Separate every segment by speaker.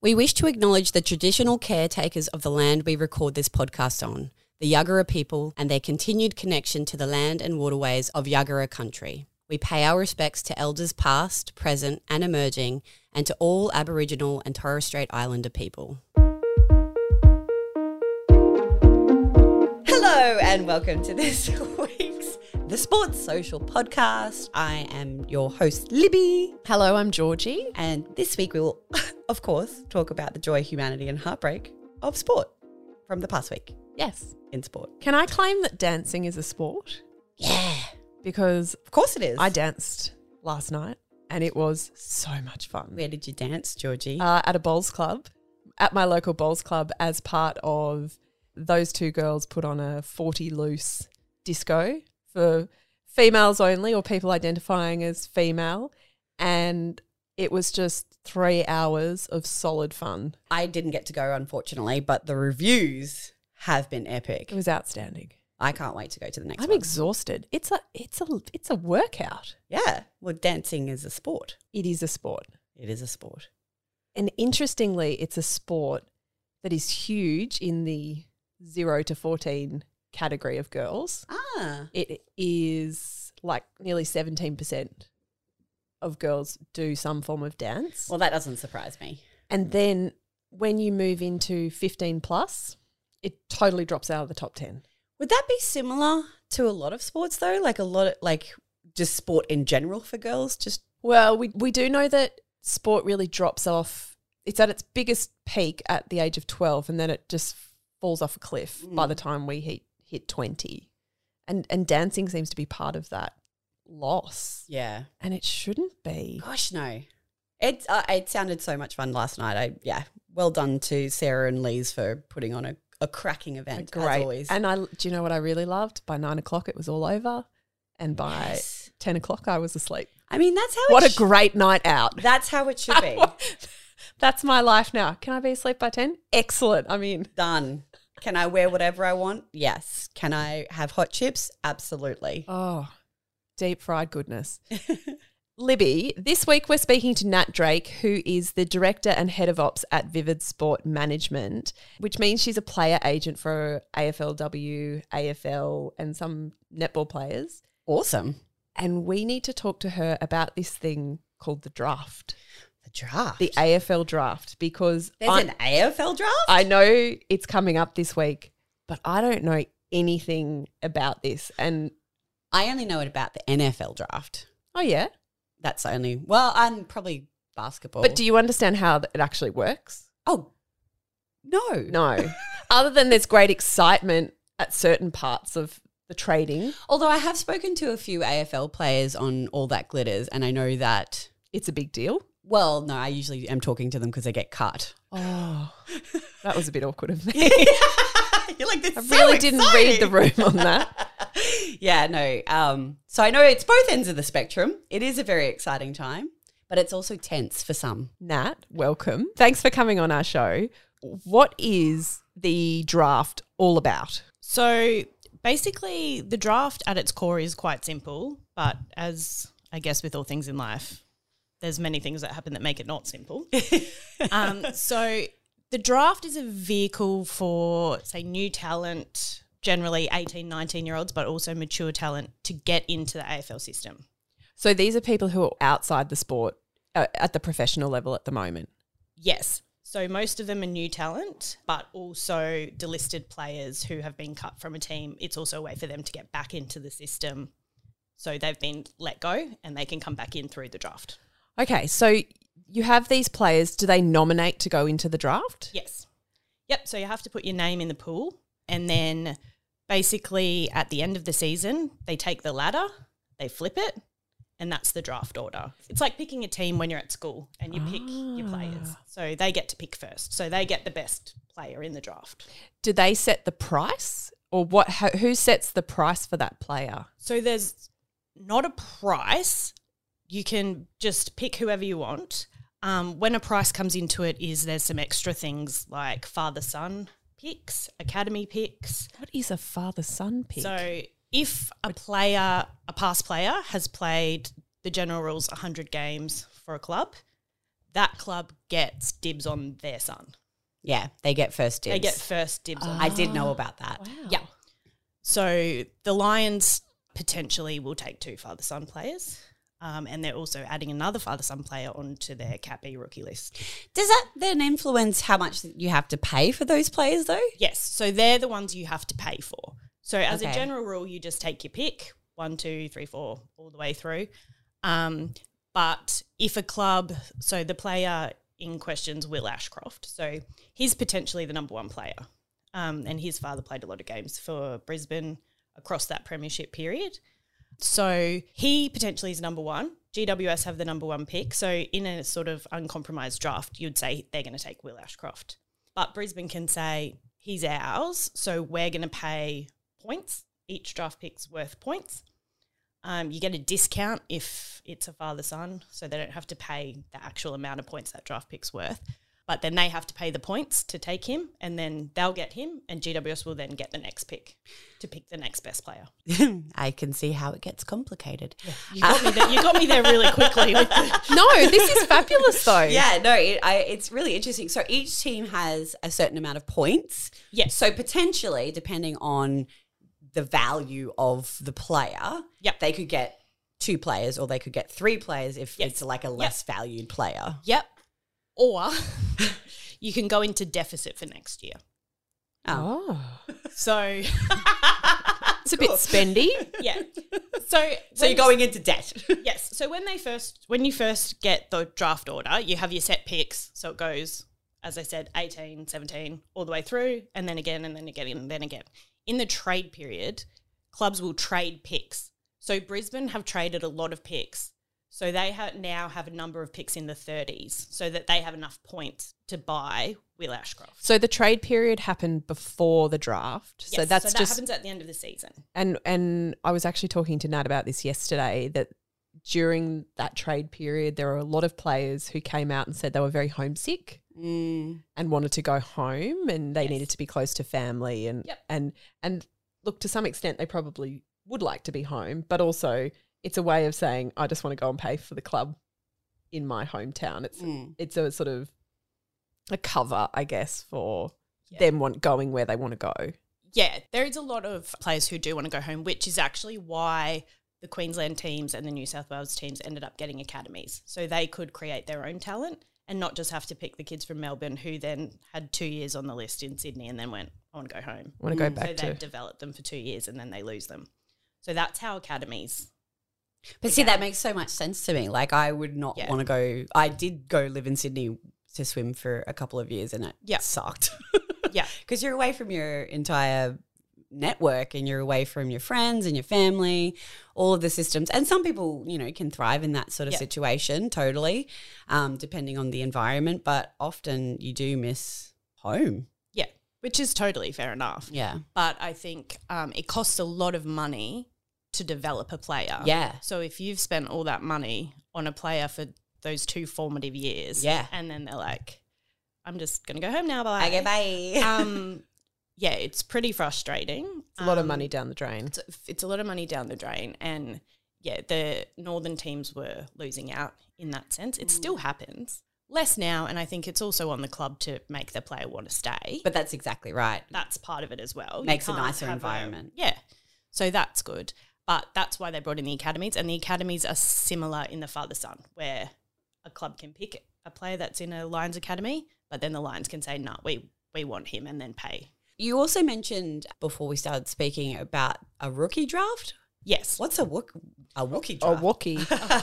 Speaker 1: We wish to acknowledge the traditional caretakers of the land we record this podcast on, the Yuggera people, and their continued connection to the land and waterways of Yuggera country. We pay our respects to elders past, present, and emerging, and to all Aboriginal and Torres Strait Islander people. Hello, and welcome to this week's The Sports Social Podcast. I am your host, Libby.
Speaker 2: Hello, I'm Georgie.
Speaker 1: And this week we will, of course, talk about the joy, humanity, and heartbreak of sport from the past week
Speaker 2: Yes.
Speaker 1: in sport.
Speaker 2: Can I claim that dancing is a sport?
Speaker 1: Yeah.
Speaker 2: Because
Speaker 1: Of course it is.
Speaker 2: I danced last night and it was so much fun.
Speaker 1: Where did you dance, Georgie?
Speaker 2: Uh, at a bowls club, at my local bowls club, as part of those two girls put on a 40 loose disco for females only or people identifying as female. And it was just three hours of solid fun.
Speaker 1: I didn't get to go, unfortunately, but the reviews have been epic.
Speaker 2: It was outstanding.
Speaker 1: I can't wait to go to the next
Speaker 2: I'm
Speaker 1: one.
Speaker 2: exhausted. It's a it's a it's a workout.
Speaker 1: yeah. Well, dancing is a sport.
Speaker 2: It is a sport.
Speaker 1: It is a sport.
Speaker 2: And interestingly, it's a sport that is huge in the 0 to 14 category of girls.
Speaker 1: Ah.
Speaker 2: It is like nearly 17% of girls do some form of dance.
Speaker 1: Well, that doesn't surprise me.
Speaker 2: And then when you move into 15 plus, it totally drops out of the top 10.
Speaker 1: Would that be similar to a lot of sports, though? Like a lot of, like, just sport in general for girls? Just,
Speaker 2: Well, we, we do know that sport really drops off. It's at its biggest peak at the age of 12, and then it just falls off a cliff by
Speaker 1: Mm.
Speaker 2: the time we hit, hit 20. And, and dancing seems to be part of that loss,
Speaker 1: yeah.
Speaker 2: and it shouldn't be.
Speaker 1: Gosh, no. It uh, it sounded so much fun last night. I yeah, well done to Sarah and Lee's for putting on a, a cracking event. as
Speaker 2: Great.
Speaker 1: always.
Speaker 2: And I, do you know what I really loved? By nine o'clock, it was all over. And by
Speaker 1: Yes.
Speaker 2: 10 o'clock, I was asleep.
Speaker 1: I mean, that's how
Speaker 2: What
Speaker 1: it
Speaker 2: a
Speaker 1: sh-
Speaker 2: great night out.
Speaker 1: that's how it should be
Speaker 2: That's my life now. Can I be asleep by 10? Excellent. I'm in.
Speaker 1: done. Can I wear whatever I want? Yes. Can I have hot chips? Absolutely.
Speaker 2: Oh, deep fried goodness. Libby, this week we're speaking to Nat Drake, who is the director and head of ops at Vivid Sport Management, which means she's a player agent for AFLW, AFL, and some netball players.
Speaker 1: Awesome.
Speaker 2: And we need to talk to her about this thing called the draft,
Speaker 1: The draft.
Speaker 2: the AFL draft, because
Speaker 1: There's
Speaker 2: I,
Speaker 1: an AFL draft.
Speaker 2: I know it's coming up this week, but I don't know anything about this. And
Speaker 1: I only know it about the NFL draft.
Speaker 2: oh, yeah.
Speaker 1: That's the only. Well, and probably basketball.
Speaker 2: But do you understand how it actually works?
Speaker 1: oh no
Speaker 2: No. Other than there's great excitement at certain parts of the trading,
Speaker 1: Although I have spoken to a few AFL players on All That Glitters, and I know that,
Speaker 2: it's a big deal.
Speaker 1: well, no, I usually am talking to them because they get cut.
Speaker 2: Oh, that was a bit awkward of me.
Speaker 1: You're like, this
Speaker 2: I
Speaker 1: is so
Speaker 2: really didn't read the
Speaker 1: exciting."
Speaker 2: room on that.
Speaker 1: yeah, no. Um, so I know it's both ends of the spectrum. It is a very exciting time, but it's also tense for some.
Speaker 2: Nat, welcome. Thanks for coming on our show. What is the draft all about?
Speaker 3: So basically, the draft at its core is quite simple, but as I guess with all things in life, there's many things that happen that make it not simple. um, so the draft is a vehicle for, say, new talent, generally 18, 19 year olds, but also mature talent to get into the AFL system.
Speaker 2: So these are people who are outside the sport uh, at the professional level at the moment.
Speaker 3: Yes. So most of them are new talent, but also delisted players who have been cut from a team. It's also a way for them to get back into the system. So they've been let go and they can come back in through the draft.
Speaker 2: Okay, so you have these players. Do they nominate to go into the draft?
Speaker 3: Yes. Yep. So you have to put your name in the pool. And then basically at the end of the season, they take the ladder, they flip it, and that's the draft order. It's like picking a team when you're at school and you pick your players. So they get to pick first. So they get the best player in the draft.
Speaker 2: do they set the price or what how, who sets the price for that player
Speaker 3: So there's not a price. You can just pick whoever you want. Um, when a price comes into it, is there's some extra things like father son picks, academy picks.
Speaker 2: what is a father son pick
Speaker 3: So if a player, a past player, has played the general rules 100 games for a club, that club gets dibs on their son.
Speaker 1: Yeah, they get first dibs.
Speaker 3: They get first dibs on
Speaker 1: I did know about that.
Speaker 3: Yeah. So the Lions potentially will take two father son players. Um, and they're also adding another father son player onto their Cat B rookie list.
Speaker 1: Does that then influence how much you have to pay for those players, though?
Speaker 3: Yes. So they're the ones you have to pay for. So as a
Speaker 1: Okay.
Speaker 3: general rule, you just take your pick one, two, three, four, all the way through. Um, but if a club, so the player in question's Will Ashcroft. So he's potentially the number one player. Um, and his father played a lot of games for Brisbane across that premiership period. So he potentially is number one. GWS have the number one pick. So in a sort of uncompromised draft, you'd say they're going to take Will Ashcroft. But Brisbane can say he's ours, so we're going to pay points. Each draft pick's worth points. Um, you get a discount if it's a father son, so they don't have to pay the actual amount of points that draft pick's worth. But then they have to pay the points to take him, and then they'll get him, and GWS will then get the next pick to pick the next best player.
Speaker 1: I can see how it gets complicated.
Speaker 3: You got me there, you got me there really quickly. With the,
Speaker 2: No, this is fabulous though.
Speaker 1: Yeah, no, it, I, it's really interesting. So each team has a certain amount of points.
Speaker 3: yes.
Speaker 1: So potentially, depending on the value of the player,
Speaker 3: Yep.
Speaker 1: they could get two players or they could get three players if
Speaker 3: Yes.
Speaker 1: it's like a less valued player.
Speaker 3: Yep. Or you can go into deficit for next year.
Speaker 2: Oh.
Speaker 3: So
Speaker 2: It's a bit spendy.
Speaker 3: yeah. So
Speaker 1: So you're going into debt.
Speaker 3: yes. So when they first when you first get the draft order, you have your set picks. So it goes as I said 18, 17 all the way through and then again and then again and then again. In the trade period, clubs will trade picks. So Brisbane have traded a lot of picks. So they ha- now have a number of picks in the 30s so that they have enough points to buy Will Ashcroft.
Speaker 2: So the trade period happened before the draft. so
Speaker 3: Yes,
Speaker 2: that's
Speaker 3: that
Speaker 2: just
Speaker 3: happens at the end of the season.
Speaker 2: and and I was actually talking to Nat about this yesterday that during that trade period there were a lot of players who came out and said they were very homesick
Speaker 3: Mm,
Speaker 2: and wanted to go home and they
Speaker 3: Yes.
Speaker 2: needed to be close to family and
Speaker 3: Yep.
Speaker 2: and and look to some extent they probably would like to be home but also it's a way of saying I just want to go and pay for the club in my hometown it's
Speaker 3: Mm.
Speaker 2: it's a sort of a cover I guess for
Speaker 3: Yeah.
Speaker 2: them want going where they want to go
Speaker 3: Yeah, there is a lot of players who do want to go home, which is actually why the Queensland teams and the New South Wales teams ended up getting academies. So they could create their own talent and not just have to pick the kids from Melbourne who then had two years on the list in Sydney and then went, I want to go home.
Speaker 2: I want to go
Speaker 1: Mm.
Speaker 2: back
Speaker 3: so
Speaker 2: to
Speaker 3: they've developed them for two years and then they lose them. So that's how academies.
Speaker 1: But see, that makes so much sense to me. Like, I would not
Speaker 3: Yeah.
Speaker 1: want to go. I did go live in Sydney to swim for a couple of years, and it
Speaker 3: Yeah.
Speaker 1: sucked
Speaker 3: Yeah.
Speaker 1: because you're away from your entire network and you're away from your friends and your family, all of the systems. And some people, you know, can thrive in that sort of
Speaker 3: Yeah.
Speaker 1: situation totally, um, depending on the environment. But often you do miss home.
Speaker 3: Yeah. Which is totally fair enough.
Speaker 1: Yeah.
Speaker 3: But I think um, it costs a lot of money to develop a player.
Speaker 1: Yeah.
Speaker 3: So if you've spent all that money on a player for those two formative years,
Speaker 1: Yeah.
Speaker 3: and then they're like, "I'm just gonna go home now." Bye.
Speaker 1: Okay, bye.
Speaker 3: um, yeah, it's pretty frustrating.
Speaker 2: It's a lot of
Speaker 3: Um,
Speaker 2: money down the drain.
Speaker 3: It's, it's a lot of money down the drain, and yeah, the northern teams were losing out in that sense.
Speaker 2: Mm.
Speaker 3: It still happens less now, and I think it's also on the club to make the player want to stay.
Speaker 1: But that's exactly right.
Speaker 3: that's part of it as well. You
Speaker 1: Makes a
Speaker 3: can't
Speaker 1: nicer
Speaker 3: have
Speaker 1: environment.
Speaker 3: yeah. So that's good. But that's why they brought in the academies. And the academies are similar in the father son, where a club can pick a player that's in a Lions academy, but then the Lions can say, no, we, we want him and then pay.
Speaker 1: You also mentioned before we started speaking about a rookie draft.
Speaker 3: Yes.
Speaker 1: What's a wook a Wookie
Speaker 2: Or
Speaker 1: draft?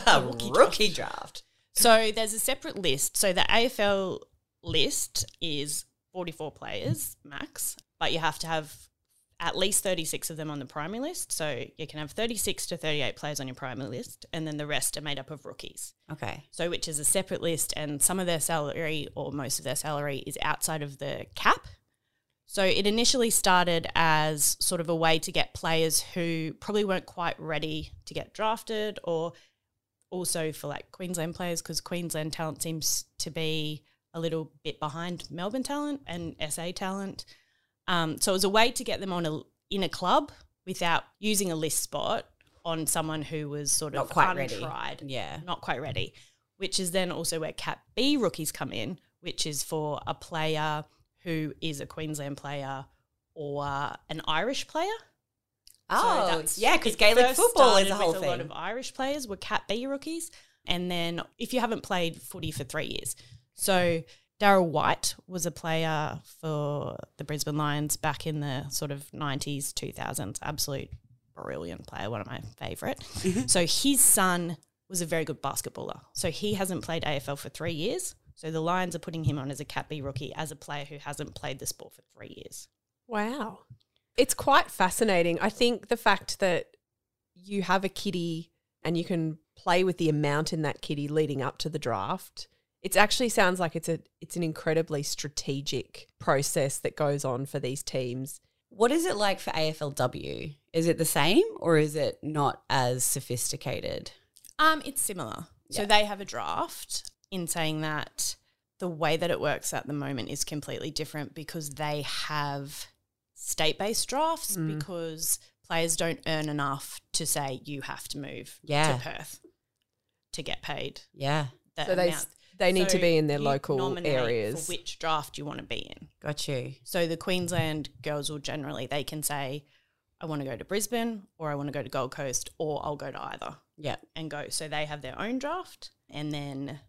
Speaker 2: Wookie.
Speaker 1: a rookie draft.
Speaker 3: So there's a separate list. So the AFL list is 44 players max, but you have to have at least 36 of them on the primary list. So you can have 36 to 38 players on your primary list, and then the rest are made up of rookies.
Speaker 1: Okay.
Speaker 3: so which is a separate list, and some of their salary or most of their salary is outside of the cap. So it initially started as sort of a way to get players who probably weren't quite ready to get drafted, or also for like Queensland players, because Queensland talent seems to be a little bit behind Melbourne talent and SA talent. Um, so it was a way to get them on a in a club without using a list spot on someone who was sort
Speaker 1: Not
Speaker 3: of
Speaker 1: quite ready.
Speaker 3: untried
Speaker 1: Yeah.
Speaker 3: not quite ready. which is then also where Cat B rookies come in, which is for a player who is a Queensland player or uh, an Irish player. So
Speaker 1: Oh,
Speaker 3: that's-
Speaker 1: yeah, because
Speaker 3: it
Speaker 1: Gaelic
Speaker 3: first
Speaker 1: football is
Speaker 3: started
Speaker 1: a whole
Speaker 3: with
Speaker 1: thing.
Speaker 3: A lot of Irish players were Cat B rookies, and then if you haven't played footy for three years, so Daryl White was a player for the Brisbane Lions back in the sort of nineties, two thousands. Absolute brilliant player, one of my favourite.
Speaker 1: Mm-hmm.
Speaker 3: so his son was a very good basketballer. So he hasn't played AFL for three years. So the Lions are putting him on as a Cat B rookie as a player who hasn't played the sport for three years.
Speaker 2: Wow. It's quite fascinating. I think the fact that you have a kitty and you can play with the amount in that kitty leading up to the draft. It actually sounds like it's a it's an incredibly strategic process that goes on for these teams.
Speaker 1: What is it like for AFLW? Is it the same or is it not as sophisticated?
Speaker 3: Um, it's similar. So they have a draft. In saying that, the way that it works at the moment is completely different because they have state-based drafts
Speaker 2: Mm.
Speaker 3: because players don't earn enough to say you have to move
Speaker 1: Yeah.
Speaker 3: to Perth to get paid.
Speaker 1: Yeah,
Speaker 3: That
Speaker 2: So they s-
Speaker 3: amount.
Speaker 2: they need to
Speaker 3: So
Speaker 2: be in their
Speaker 3: you
Speaker 2: local
Speaker 3: nominate
Speaker 2: areas.
Speaker 3: for which draft you want to be in.
Speaker 1: got you.
Speaker 3: So the Queensland girls will generally they can say, "I want to go to Brisbane," or "I want to go to Gold Coast," or "I'll go to either."
Speaker 1: Yeah,
Speaker 3: and go. So they have their own draft, and then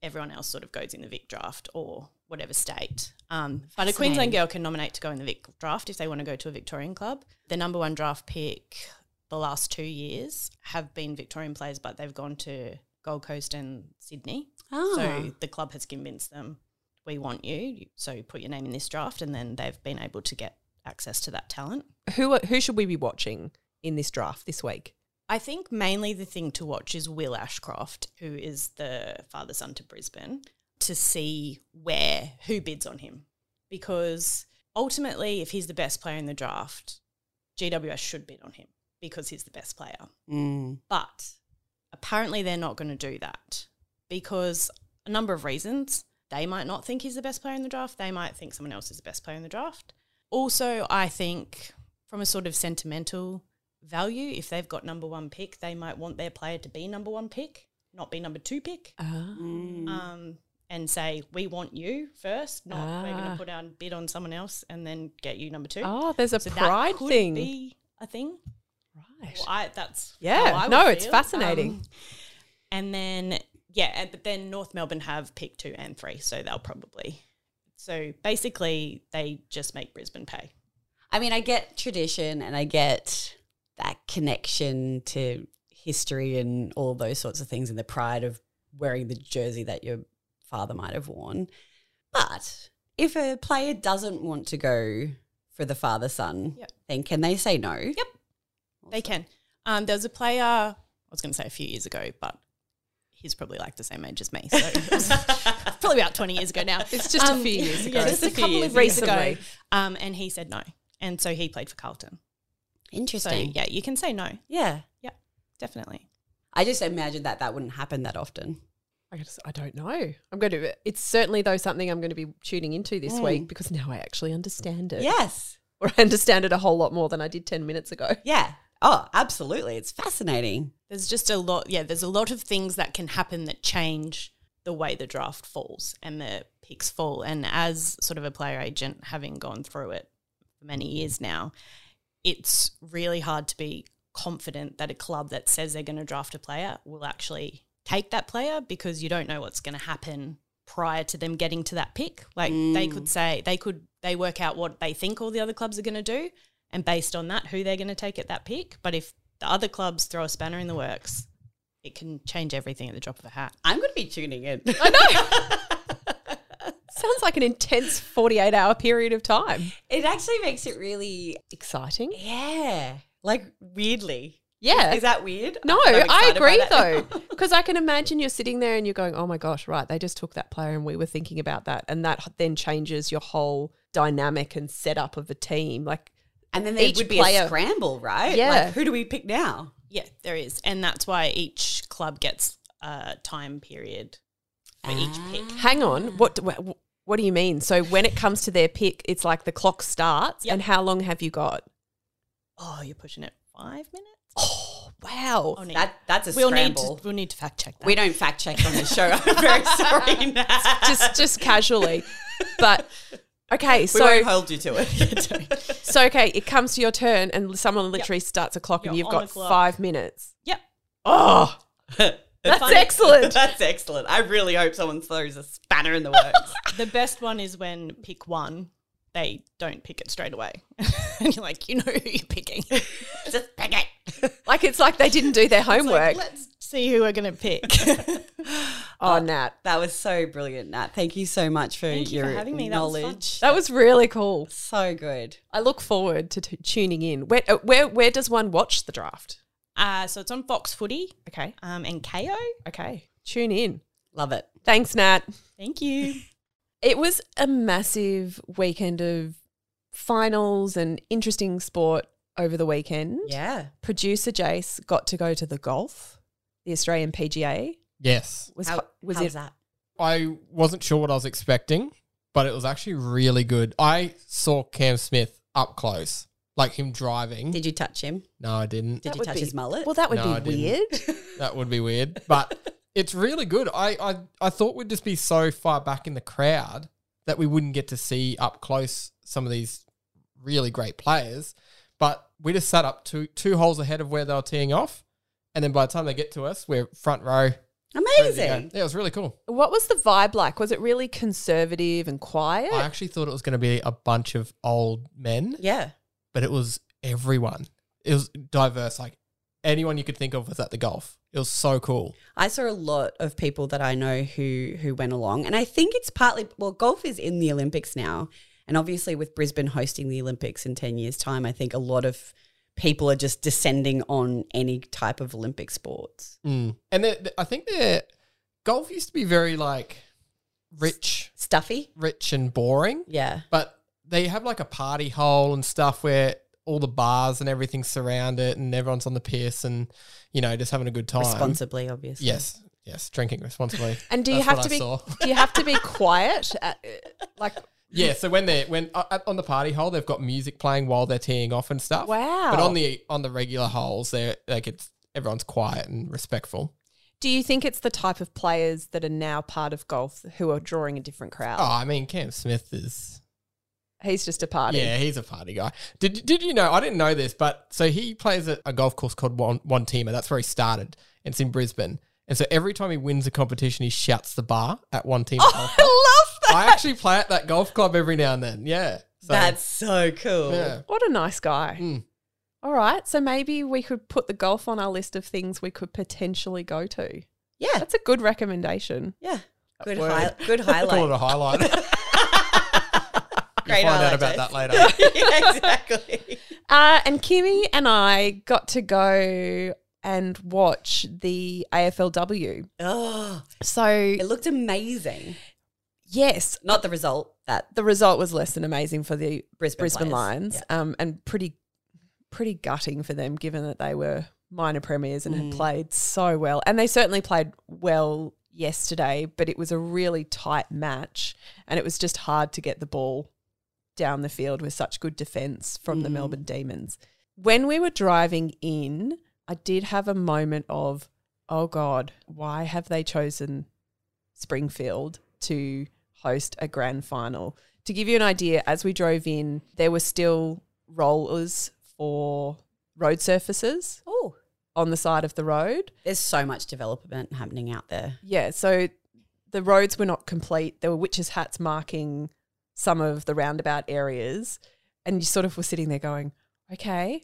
Speaker 3: everyone else sort of goes in the Vic draft or whatever state. Um, but a Queensland girl can nominate to go in the Vic draft if they want to go to a Victorian club. The number one draft pick the last two years have been Victorian players, but they've gone to Gold Coast and Sydney.
Speaker 1: Ah.
Speaker 3: So the club has convinced them, we want you, so put your name in this draft, and then they've been able to get access to that talent.
Speaker 2: who are, who should we be watching in this draft this week?
Speaker 3: I think mainly the thing to watch is Will Ashcroft, who is the father son to Brisbane, to see where who bids on him. Because ultimately, if he's the best player in the draft, GWS should bid on him because he's the best player.
Speaker 1: Mm.
Speaker 3: But apparently, they're not going to do that because a number of reasons. They might not think he's the best player in the draft. They might think someone else is the best player in the draft. Also, I think from a sort of sentimental value, if they've got number one pick, they might want their player to be number one pick, not be number two pick.
Speaker 2: Mm.
Speaker 3: Um, and say, we want you first, not we're going
Speaker 2: Ah.
Speaker 3: to put our bid on someone else and then get you number two.
Speaker 2: Oh, there's a
Speaker 3: So that
Speaker 2: pride
Speaker 3: could
Speaker 2: thing.
Speaker 3: be a thing.
Speaker 2: right.
Speaker 3: Well, I, that's
Speaker 2: Yeah.
Speaker 3: how I would
Speaker 2: No, it's
Speaker 3: feel.
Speaker 2: fascinating.
Speaker 3: Um, and then yeah, and- but then North Melbourne have pick two and three, so they'll probably. So basically, they just make Brisbane pay.
Speaker 1: I mean, I get tradition and I get that connection to history and all those sorts of things and the pride of wearing the jersey that your father might have worn. But if a player doesn't want to go for the father son,
Speaker 3: Yep.
Speaker 1: then can they say no? Yep.
Speaker 3: They can. Um, there was a player I was going to say a few years ago, but he's probably like the same age as me, so it was probably about twenty years ago now. Um,
Speaker 2: It's just a few years ago.
Speaker 3: yeah,
Speaker 1: Just
Speaker 3: just,
Speaker 1: a
Speaker 3: a,
Speaker 1: few
Speaker 3: couple
Speaker 1: years
Speaker 3: of years
Speaker 1: ago.
Speaker 3: ago, um, and he said no, and so he played for Carlton. So
Speaker 1: Interesting.
Speaker 3: yeah, you can say no,
Speaker 1: yeah.
Speaker 3: definitely.
Speaker 1: I just imagine that that wouldn't happen that often.
Speaker 2: I, just, I don't know. I'm going to. It's certainly though something I'm going to be tuning into
Speaker 1: Hmm.
Speaker 2: this week because now I actually understand it.
Speaker 1: Yes.
Speaker 2: or I understand it a whole lot more than I did ten minutes ago.
Speaker 1: Yeah. Oh, absolutely. It's fascinating.
Speaker 3: there's just a lot yeah there's a lot of things that can happen that change the way the draft falls and the picks fall and as sort of a player agent having gone through it for many years now it's really hard to be confident that a club that says they're going to draft a player will actually take that player because you don't know what's going to happen prior to them getting to that pick like they could say they could they work out what they think all the other clubs are going to do and based on that who they're going to take at that pick but if the other clubs throw a spanner in the works it can change everything at the drop of a hat
Speaker 1: I'm going to be tuning in.
Speaker 2: Sounds like an intense forty-eight hour period of time.
Speaker 1: It actually makes it really,
Speaker 2: Exciting.
Speaker 1: yeah, like weirdly.
Speaker 2: Yeah.
Speaker 1: Is that weird?
Speaker 2: No,
Speaker 1: I'm
Speaker 2: I
Speaker 1: excited
Speaker 2: agree
Speaker 1: by that.
Speaker 2: though, because I can imagine you're sitting there and you're going, "Oh my gosh, right? They just took that player, and we were thinking about that, and that h- then changes your whole dynamic and setup of a team." Like,
Speaker 1: And then there
Speaker 2: Each
Speaker 1: would be
Speaker 2: player-
Speaker 1: a scramble, right?
Speaker 2: Yeah.
Speaker 1: Like, who do we pick now?
Speaker 3: yeah there is and that's why each club gets a time period for each pick
Speaker 2: hang on, what? Do, wh- what do you mean? So when it comes to their pick, it's like the clock starts,
Speaker 3: Yep.
Speaker 2: and how long have you got?
Speaker 1: Ah.
Speaker 3: oh you're pushing it five minutes
Speaker 4: Wow.
Speaker 3: Oh, no.
Speaker 1: That that's a
Speaker 3: we'll
Speaker 1: scramble.
Speaker 3: need to we'll need to fact check that.
Speaker 1: we don't fact check on the show. I'm very sorry. Nat.
Speaker 2: just just casually. But okay,
Speaker 1: we
Speaker 2: so
Speaker 1: won't hold you to it.
Speaker 2: so okay, it comes to your turn, and someone literally starts a clock, and
Speaker 3: You're
Speaker 2: you've
Speaker 3: on
Speaker 2: got
Speaker 3: the clock.
Speaker 2: five minutes.
Speaker 3: yep.
Speaker 2: Oh, that's
Speaker 3: Funny.
Speaker 2: excellent.
Speaker 1: That's excellent. I really hope someone throws a spanner in the works.
Speaker 3: The best one is when pick one, they don't pick it straight away. and you're like, you know who you're picking.
Speaker 1: Just pick it.
Speaker 2: Like it's like they didn't do their homework.
Speaker 3: Let's see who we're going to pick.
Speaker 2: oh, Nat,
Speaker 1: That was so brilliant, Nat. Thank you so much for
Speaker 3: Thank you
Speaker 1: your
Speaker 3: for having me. That was fun.
Speaker 1: knowledge.
Speaker 2: that was really cool.
Speaker 1: so good.
Speaker 2: I look forward to t- tuning in. Where uh, where where does one watch the draft?
Speaker 3: uh, so it's on Fox Footy
Speaker 2: Okay,
Speaker 3: um, and KO.
Speaker 2: okay, tune in.
Speaker 1: Love it.
Speaker 2: Thanks, Nat.
Speaker 3: Thank you.
Speaker 2: It was a massive weekend of finals and interesting sport over the weekend.
Speaker 1: Yeah.
Speaker 2: producer Jace got to go to the golf, the Australian PGA.
Speaker 5: Yes.
Speaker 2: Was
Speaker 1: How,
Speaker 2: was
Speaker 1: how
Speaker 2: it?
Speaker 1: was that?
Speaker 5: I wasn't sure what I was expecting, but it was actually really good. I saw Cam Smith up close, like him driving.
Speaker 1: Did you touch him?
Speaker 5: no, I didn't.
Speaker 1: Did
Speaker 2: That
Speaker 1: you
Speaker 2: would
Speaker 1: touch
Speaker 2: be-
Speaker 1: his mullet?
Speaker 2: Well, that would
Speaker 5: No, I
Speaker 2: be
Speaker 5: didn't.
Speaker 2: weird.
Speaker 5: That would be weird, but it's really good. I, I I thought we'd just be so far back in the crowd that we wouldn't get to see up close some of these really great players, but we just sat up two two holes ahead of where they were teeing off, and then by the time they get to us, we're front row. ready to go.
Speaker 1: Amazing.
Speaker 5: Yeah, it was really cool.
Speaker 2: what was the vibe like? Was it really conservative and quiet?
Speaker 5: I actually thought it was going to be a bunch of old men,
Speaker 1: Yeah.
Speaker 5: but it was everyone. It was diverse, like anyone you could think of was at the golf. It was so cool.
Speaker 1: I saw a lot of people that I know who who went along, and I think it's partly well, golf is in the Olympics now, and obviously with Brisbane hosting the Olympics in ten years' time, I think a lot of people are just descending on any type of Olympic sports.
Speaker 5: Mm. And they they- I think their golf used to be very like rich,
Speaker 1: Stuffy,
Speaker 5: rich and boring,
Speaker 1: yeah,
Speaker 5: but they have like a party hole and stuff where all the bars and everything surround it, and everyone's on the piss and you know just having a good time.
Speaker 1: responsibly, obviously.
Speaker 5: Yes, yes, drinking responsibly.
Speaker 2: and do you
Speaker 5: That's
Speaker 2: have
Speaker 5: what
Speaker 2: to
Speaker 5: I
Speaker 2: be?
Speaker 5: saw.
Speaker 2: Do you have to be quiet? At, uh, like
Speaker 5: Yeah, so when they when uh, at- on the party hole they've got music playing while they're teeing off and stuff.
Speaker 2: wow.
Speaker 5: But on the on the regular holes, they're like it's everyone's quiet and respectful.
Speaker 2: do you think it's the type of players that are now part of golf who are drawing a different crowd?
Speaker 5: Oh, I mean Cam Smith is
Speaker 2: He's just a party.
Speaker 5: Oh, yeah, he's a party guy. Did did you know? I didn't know this, but so he plays at a golf course called One One Teamer. That's where he started. And it's in Brisbane. And so every time he wins a competition, he shouts the bar at One Teamer.
Speaker 2: Oh,
Speaker 5: golf club.
Speaker 2: I love that.
Speaker 5: I actually play at that golf club every now and then. Yeah, so,
Speaker 1: That's so cool.
Speaker 5: yeah.
Speaker 2: What a nice guy.
Speaker 5: Mm.
Speaker 2: All right. So maybe we could put the golf on our list of things we could potentially go to.
Speaker 1: Yeah,
Speaker 2: That's a good recommendation.
Speaker 1: yeah. Good,
Speaker 5: Word.
Speaker 1: hi- good
Speaker 5: Call it
Speaker 1: highlight.
Speaker 5: a highlight. We'll
Speaker 1: Great
Speaker 5: find out
Speaker 1: highlight,
Speaker 5: about that
Speaker 1: Jace.
Speaker 5: later.
Speaker 1: yeah, exactly.
Speaker 2: Uh, and Kimmy and I got to go and watch the AFLW.
Speaker 1: Oh,
Speaker 2: So,
Speaker 1: it looked amazing.
Speaker 2: yes,
Speaker 1: Not the result that
Speaker 2: the result was less than amazing for the
Speaker 1: Brisbane
Speaker 2: Brisbane
Speaker 1: players.
Speaker 2: Lions
Speaker 1: Yeah.
Speaker 2: um, and pretty, pretty gutting for them given that they were minor premiers and had played so well. And they certainly played well yesterday, but it was a really tight match and it was just hard to get the ball down the field with such good defence from the Melbourne Demons. When we were driving in, I did have a moment of, oh God, why have they chosen Springfield to host a grand final? To give you an idea, as we drove in, there were still rollers for road surfaces
Speaker 1: Oh,
Speaker 2: on the side of the road.
Speaker 1: there's so much development happening out there.
Speaker 2: Yeah, so the roads were not complete. There were witches' hats marking some of the roundabout areas. And you sort of were sitting there going, okay,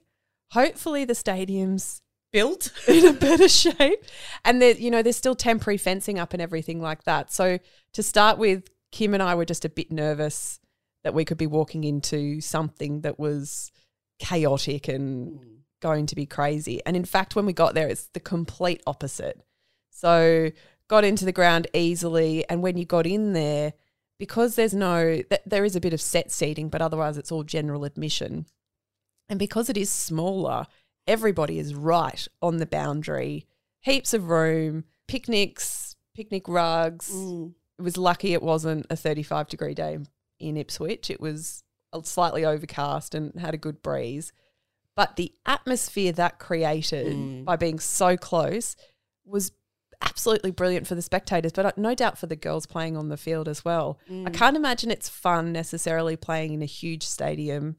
Speaker 2: hopefully the stadium's
Speaker 1: Built
Speaker 2: in a better shape. And there, you know, there's still temporary fencing up and everything like that. So to start with, Kim and I were just a bit nervous that we could be walking into something that was chaotic and going to be crazy. And in fact, when we got there, it's the complete opposite. So got into the ground easily. And when you got in there, because there's no, th- there is a bit of set seating, but otherwise it's all general admission. And because it is smaller, everybody is right on the boundary. Heaps of room, picnics, picnic rugs.
Speaker 1: Hmm. Mm,
Speaker 2: It was lucky it wasn't a 35 degree day in Ipswich. It was slightly overcast and had a good breeze. But the atmosphere that created by being so close was absolutely brilliant for the spectators, but uh, no doubt for the girls playing on the field as well. I
Speaker 1: Mm.
Speaker 2: can't imagine it's fun necessarily playing in a huge stadium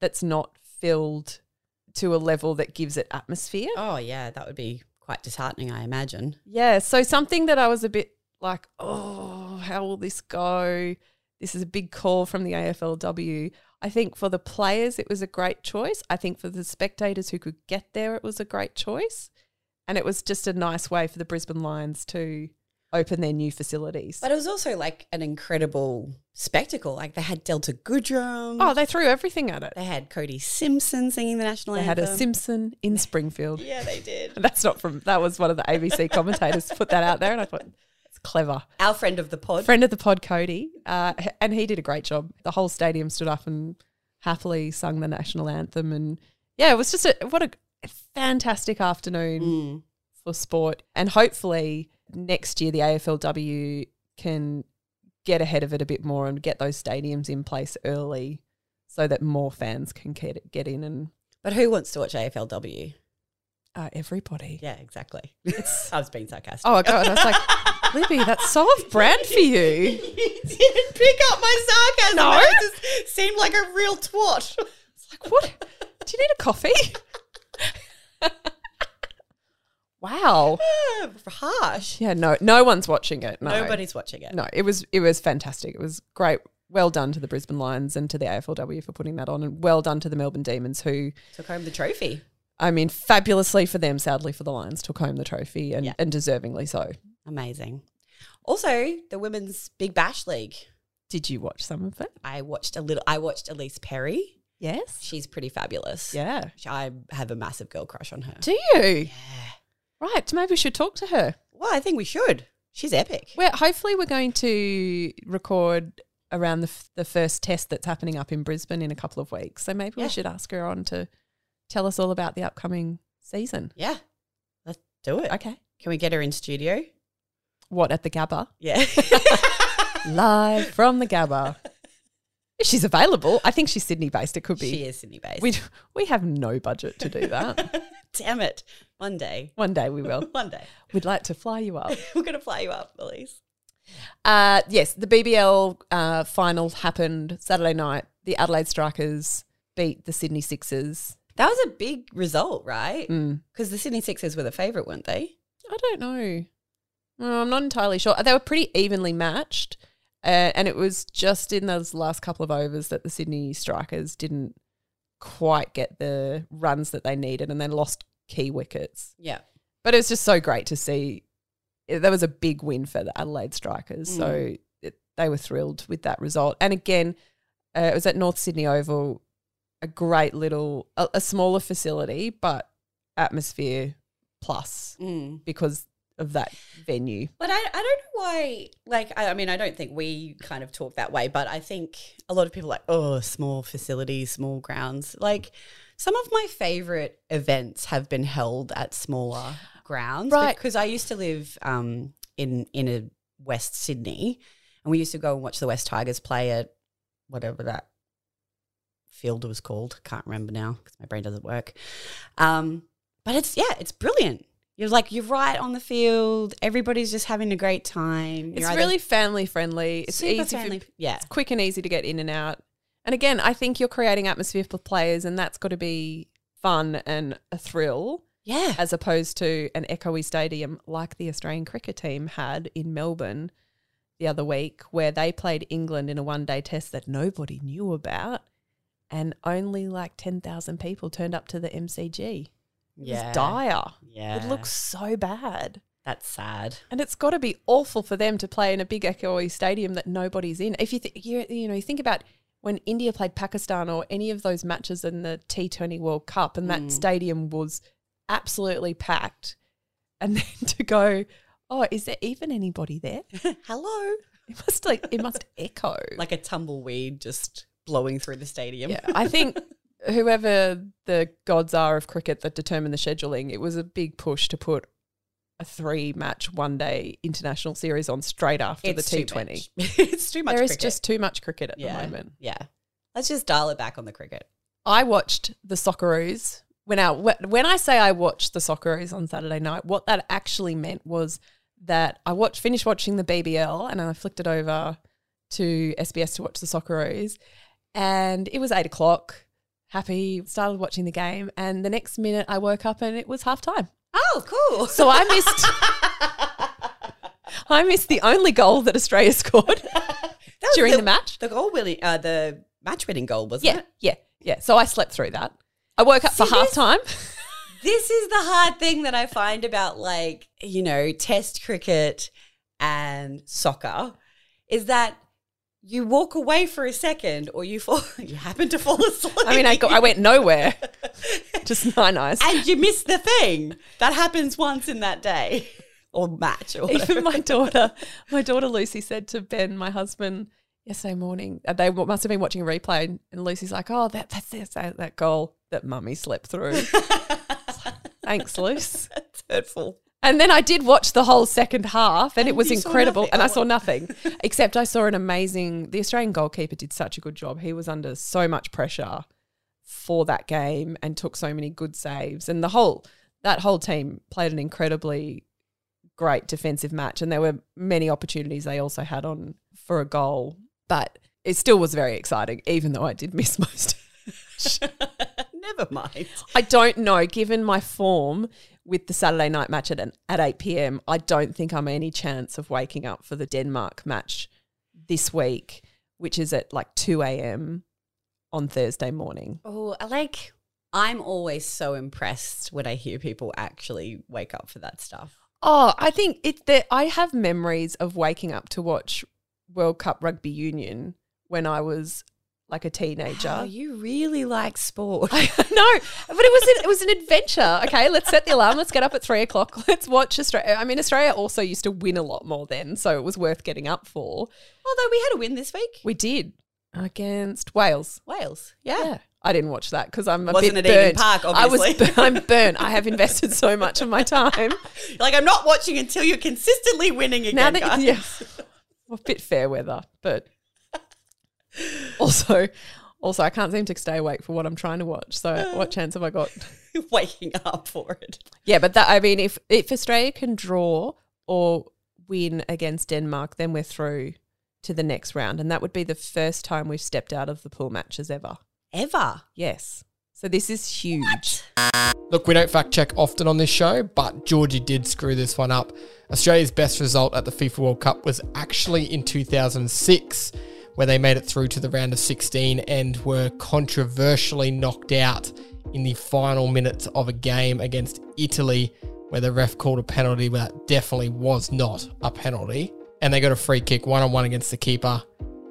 Speaker 2: that's not filled to a level that gives it atmosphere.
Speaker 1: Oh yeah, that would be quite disheartening, I imagine.
Speaker 2: Yeah. So something that I was a bit like, oh, how will this go? This is a big call from the AFLW. I think for the players, it was a great choice. I think for the spectators who could get there, it was a great choice. And it was just a nice way for the Brisbane Lions to open their new facilities.
Speaker 1: But it was also like an incredible spectacle. Like they had Delta Goodrum.
Speaker 2: oh, they threw everything at it.
Speaker 1: they had Cody Simpson singing the national
Speaker 2: They had
Speaker 1: anthem.
Speaker 2: a Simpson in Springfield.
Speaker 1: yeah, they did.
Speaker 2: That's not from, that was one of the ABC commentators put that out there. And I thought, it's clever.
Speaker 1: Our friend of the pod.
Speaker 2: friend of the pod, Cody, uh, h- and he did a great job. The whole stadium stood up and happily sung the national anthem, and yeah, it was just a what a fantastic afternoon
Speaker 1: Mm.
Speaker 2: for sport. And hopefully next year the AFLW can get ahead of it a bit more and get those stadiums in place early, so that more fans can get get in and
Speaker 1: But who wants to watch AFLW?
Speaker 2: uh, everybody.
Speaker 1: Yeah, exactly. I was being sarcastic.
Speaker 2: Oh my god, I was like, Libby, that's so off brand for you.
Speaker 1: you didn't pick up my sarcasm. No. It just seemed like a real twat.
Speaker 2: Like, what? Do you need a coffee? wow.
Speaker 1: Harsh.
Speaker 2: Yeah, no, no one's watching it. No.
Speaker 1: Nobody's watching it.
Speaker 2: No, it was it was fantastic. It was great. Well done to the Brisbane Lions and to the AFLW for putting that on, and well done to the Melbourne Demons, who
Speaker 1: Took home the trophy.
Speaker 2: I mean, fabulously for them, sadly for the Lions, took home the trophy and,
Speaker 1: Yeah.
Speaker 2: and deservingly so.
Speaker 1: Amazing. Also, the women's Big Bash League.
Speaker 2: Did you watch some of it?
Speaker 1: I watched a little. I watched Elise Perry.
Speaker 2: Yes.
Speaker 1: She's pretty fabulous.
Speaker 2: Yeah.
Speaker 1: I have a massive girl crush on her.
Speaker 2: Do you? Yeah. Right. Maybe we should talk to her.
Speaker 1: Well, I think we should. She's epic.
Speaker 2: Well, hopefully we're going to record around the, f- the first test that's happening up in Brisbane in a couple of weeks. So maybe
Speaker 1: Yeah.
Speaker 2: we should ask her on to tell us all about the upcoming season.
Speaker 1: Yeah. Let's do it.
Speaker 2: Okay.
Speaker 1: Can we get her in studio?
Speaker 2: What at the Gabba?
Speaker 1: Yeah.
Speaker 2: Live from the Gabba. If she's available, I think she's Sydney based. It could be.
Speaker 1: she is Sydney based.
Speaker 2: We d- we have no budget to do that.
Speaker 1: Damn it. One day.
Speaker 2: One day we will.
Speaker 1: One day.
Speaker 2: We'd like to fly you up.
Speaker 1: We're going to fly you up, Elise.
Speaker 2: Uh, yes, the BBL uh, final happened Saturday night. The Adelaide Strikers beat the Sydney Sixers
Speaker 1: That was a big result, right?
Speaker 2: Mm.
Speaker 1: Because the Sydney Sixers were the favourite, weren't they?
Speaker 2: I don't know. No, I'm not entirely sure. They were pretty evenly matched, uh, and it was just in those last couple of overs that the Sydney Strikers didn't quite get the runs that they needed, and they lost key wickets.
Speaker 1: Yeah.
Speaker 2: But it was just so great to see. It- That was a big win for the Adelaide Strikers, so it, they were thrilled with that result. And again, uh, it was at North Sydney Oval, a great little, a, a smaller facility, but atmosphere plus
Speaker 1: Mm.
Speaker 2: because of that venue.
Speaker 1: But I, I don't know why, like, I, I mean, I don't think we kind of talk that way, but I think a lot of people are like, oh, small facilities, small grounds. Like, some of my favorite events have been held at smaller grounds.
Speaker 2: Right.
Speaker 1: Because I used to live um, in, in a West Sydney, and we used to go and watch the West Tigers play at whatever that field was called. Can't remember now because my brain doesn't work. Um, but it's yeah, it's brilliant. You're like you're right on the field. Everybody's just having a great time.
Speaker 2: It's
Speaker 1: You're either
Speaker 2: really family friendly. It's
Speaker 1: super
Speaker 2: easy.
Speaker 1: friendly.
Speaker 2: For,
Speaker 1: yeah,
Speaker 2: it's quick and easy to get in and out. And again, I think you're creating atmosphere for players, and that's got to be fun and a thrill,
Speaker 1: yeah,
Speaker 2: as opposed to an echoey stadium like the Australian cricket team had in Melbourne the other week, where they played England in a one day test that nobody knew about, and only like 10,000 people turned up to the MCG. It
Speaker 1: yeah.
Speaker 2: was dire.
Speaker 1: Yeah,
Speaker 2: It looked so bad.
Speaker 1: that's sad.
Speaker 2: And it's got to be awful for them to play in a big echoey stadium that nobody's in. If you th- you you know you think about when India played Pakistan or any of those matches in the T20 World Cup, and
Speaker 1: Hmm.
Speaker 2: that stadium was absolutely packed, and then to go, oh, is there even anybody there?
Speaker 1: Hello,
Speaker 2: It must like it must echo.
Speaker 1: like a tumbleweed just blowing through the stadium.
Speaker 2: yeah, I think whoever the gods are of cricket that determine the scheduling, it was a big push to put a three match one day international series on straight after
Speaker 1: it's too
Speaker 2: the T20.
Speaker 1: much. it's too much.
Speaker 2: There is
Speaker 1: cricket.
Speaker 2: just too much cricket at
Speaker 1: yeah,
Speaker 2: the moment.
Speaker 1: Yeah, let's just dial it back on the cricket.
Speaker 2: I watched the Socceroos. When I when I say I watched the Socceroos on Saturday night, what that actually meant was that I watched finished watching the BBL and I flicked it over to SBS to watch the Socceroos, and it was eight o'clock. Happy started watching the game, and the next minute I woke up and it was half time.
Speaker 1: Oh, cool.
Speaker 2: So I missed. I missed the only goal that Australia scored during the match.
Speaker 1: The goal winning, uh, the match winning goal, wasn't
Speaker 2: Yeah,
Speaker 1: it?
Speaker 2: yeah, yeah. So I slept through that. I woke up for half time.
Speaker 1: This is the hard thing that I find about, like, you know, test cricket and soccer is that you walk away for a second or you fall, you happen to fall asleep.
Speaker 2: I mean, I, go, I went nowhere. Just nine eyes.
Speaker 1: and you miss the thing. That happens once in that day or match or whatever.
Speaker 2: Even my daughter, my daughter Lucy said to Ben, my husband, yesterday morning, uh, they must have been watching a replay, and- and Lucy's like, "Oh, that that's, that's that, that goal that Mummy slept through." It's like, Thanks, Luce.
Speaker 1: It's hurtful.
Speaker 2: And then I did watch the whole second half, and, it was
Speaker 1: you saw
Speaker 2: incredible.
Speaker 1: nothing.
Speaker 2: And
Speaker 1: Oh,
Speaker 2: I saw nothing, except I saw an amazing. The Australian goalkeeper did such a good job. He was under so much pressure for that game and took so many good saves. And the whole that whole team played an incredibly great defensive match. And there were many opportunities they also had on for a goal, but it still was very exciting, even though I did miss most.
Speaker 1: Never mind.
Speaker 2: I don't know. Given my form with the Saturday night match at, at 8 p.m., I don't think I'm any chance of waking up for the Denmark match this week, which is at like 2 a.m. on Thursday morning.
Speaker 1: Oh, I like. I'm always so impressed when I hear people actually wake up for that stuff.
Speaker 2: Oh, I think it that I have memories of waking up to watch World Cup Rugby Union when I was like a teenager.
Speaker 1: Oh, you really like sport.
Speaker 2: I know, but it was an, it was an adventure. Okay, let's set the alarm. Let's get up at three o'clock. Let's watch Australia. I mean, Australia also used to win a lot more then, so it was worth getting up for.
Speaker 1: Although we had a win this week,
Speaker 2: We did against Wales.
Speaker 1: Wales. Yeah.
Speaker 2: I didn't watch that because I'm a
Speaker 1: Wasn't
Speaker 2: bit
Speaker 1: at Eden
Speaker 2: burnt.
Speaker 1: Park,
Speaker 2: I was
Speaker 1: obviously.
Speaker 2: bur- I'm burnt. I have invested so much of my time.
Speaker 1: Like I'm not watching until you're consistently winning again.
Speaker 2: now that
Speaker 1: guys.
Speaker 2: yeah, well, a bit fair weather, but also, also I can't seem to stay awake for what I'm trying to watch. So what chance have I got?
Speaker 1: waking up for it.
Speaker 2: Yeah, but that I mean, if if Australia can draw or win against Denmark, then we're through to the next round, and that would be the first time we've stepped out of the pool matches ever.
Speaker 1: Ever.
Speaker 2: Yes, so this is huge.
Speaker 5: Look, we don't fact check often on this show, but Georgie did screw this one up. Australia's best result at the FIFA World Cup was actually in 2006, where they made it through to the round of 16 and were controversially knocked out in the final minutes of a game against Italy, where the ref called a penalty that definitely was not a penalty. And they got a free kick one on one against the keeper.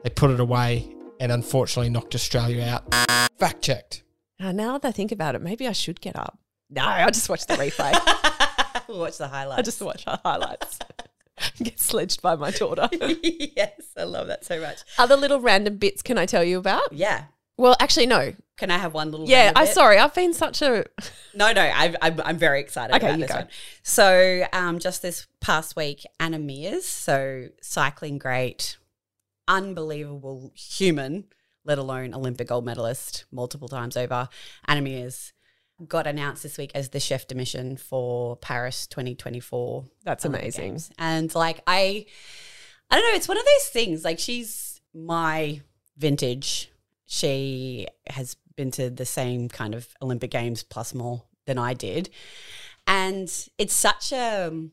Speaker 5: They put it away and unfortunately knocked Australia out. Fact checked.
Speaker 2: Now, now that I think about it, maybe I should get up. No, I'll just watch the replay.
Speaker 1: Watch the highlights.
Speaker 2: I'll just watch our highlights. get sledged by my daughter.
Speaker 1: yes, I love that so much.
Speaker 2: Other little random bits can I tell you about?
Speaker 1: Yeah.
Speaker 2: Well, actually, no.
Speaker 1: Can I have one little?
Speaker 2: Yeah,
Speaker 1: random
Speaker 2: I
Speaker 1: bit?
Speaker 2: sorry. I've been such a
Speaker 1: No, no, I've, I'm, I'm very excited
Speaker 2: Okay,
Speaker 1: about
Speaker 2: you
Speaker 1: this
Speaker 2: go.
Speaker 1: one. So, um, just this past week, Anna Mears, so cycling great, unbelievable human, let alone Olympic gold medalist multiple times over, Anna Mears got announced this week as the chef de mission for Paris 2024
Speaker 2: that's
Speaker 1: Olympic
Speaker 2: amazing.
Speaker 1: Games. And like I I don't know, it's one of those things. Like she's my vintage. She has been to the same kind of Olympic Games plus more than I did. And it's such a um,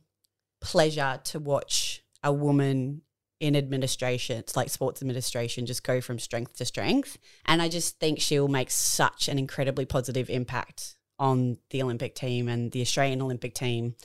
Speaker 1: pleasure to watch a woman in administration, it's like sports administration, just go from strength to strength. And I just think she'll make such an incredibly positive impact on the Olympic team and the Australian Olympic team.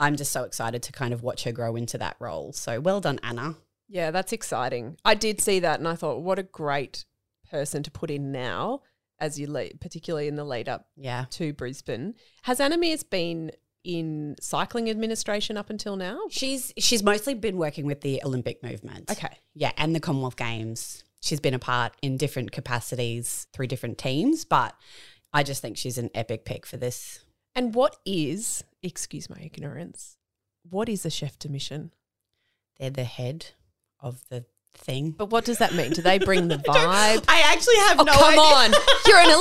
Speaker 1: I'm just so excited to kind of watch her grow into that role. So well done, Anna.
Speaker 2: Yeah, that's exciting. I did see that and I thought, what a great person to put in now, as you lead, particularly in the lead up
Speaker 1: Yeah.
Speaker 2: to Brisbane. Has Anna Mears been in cycling administration up until now?
Speaker 1: She's she's mostly been working with the Olympic movement.
Speaker 2: Okay.
Speaker 1: Yeah, and the Commonwealth Games. She's been a part in different capacities through different teams, but I just think she's an epic pick for this.
Speaker 2: And what is, excuse my ignorance, what is a chef de mission?
Speaker 1: They're the head of the thing.
Speaker 2: But what does that mean? Do they bring the vibe?
Speaker 1: I actually have
Speaker 2: Oh,
Speaker 1: no
Speaker 2: come
Speaker 1: idea.
Speaker 2: on. You're an